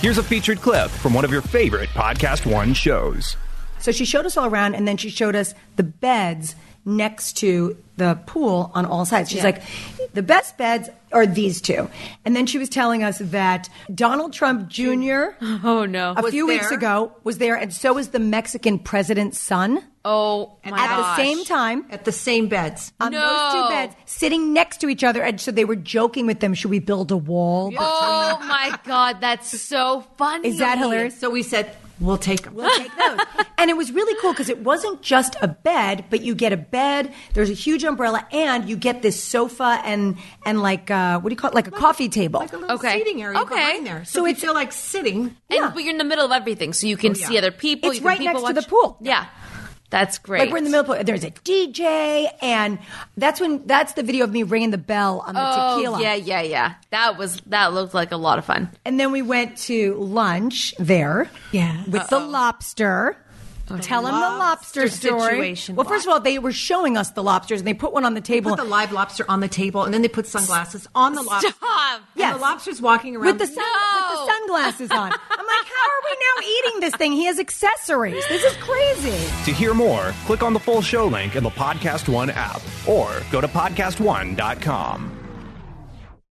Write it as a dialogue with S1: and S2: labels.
S1: Here's a featured clip from one of your favorite Podcast One shows.
S2: So she showed us all around, and then she showed us the beds next to the pool on all sides. She's like, the best beds are these two. And then she was telling us that Donald Trump Jr.
S3: Oh, no.
S2: a
S3: Was
S2: few weeks
S4: there?
S2: ago was there, and so was the Mexican president's son.
S3: Oh my
S2: at
S3: gosh.
S2: the same time,
S4: at the same beds.
S2: on those
S3: No.
S2: two beds, sitting next to each other, and so they were joking with them. Should we build a wall?
S3: Oh my god, that's so funny.
S2: Is that hilarious?
S4: So we said we'll take them.
S2: We'll take those. and it was really cool because it wasn't just a bed, but you get a bed. There's a huge umbrella, and you get this sofa and and like uh, what do you call it? Like a coffee table.
S4: like a little
S3: Okay.
S4: seating area
S3: Okay.
S4: behind there. So,
S2: So
S4: if
S2: it's-
S4: you feel like sitting.
S3: And,
S2: Yeah.
S3: But you're in the middle of everything, so you can
S4: Oh, yeah.
S3: see other people.
S2: It's
S3: you can
S2: right
S3: people
S2: next to
S3: watch-
S2: the pool.
S3: Yeah, that's great.
S2: Like we're in the middle. Of, there's a DJ, and that's when that's the video of me ringing the bell on the
S3: Oh
S2: tequila.
S3: yeah, yeah, yeah. That was that looked like a lot of fun.
S2: And then we went to lunch there.
S4: Yeah.
S2: With the lobster. Tell him the lobster,
S4: Lobster
S2: story.
S4: situation,
S2: well, first of all, they were showing us the lobsters, and they put one on the table.
S4: Put the live lobster on the table, and then they put sunglasses on the lobster.
S3: Stop.
S4: And
S2: Yes.
S4: the lobster's walking around
S2: with the, sun, with the sunglasses on. I'm like, how are we now eating this thing? He has accessories. This is crazy.
S1: To hear more, click on the full show link in the Podcast One app or go to podcastone.com.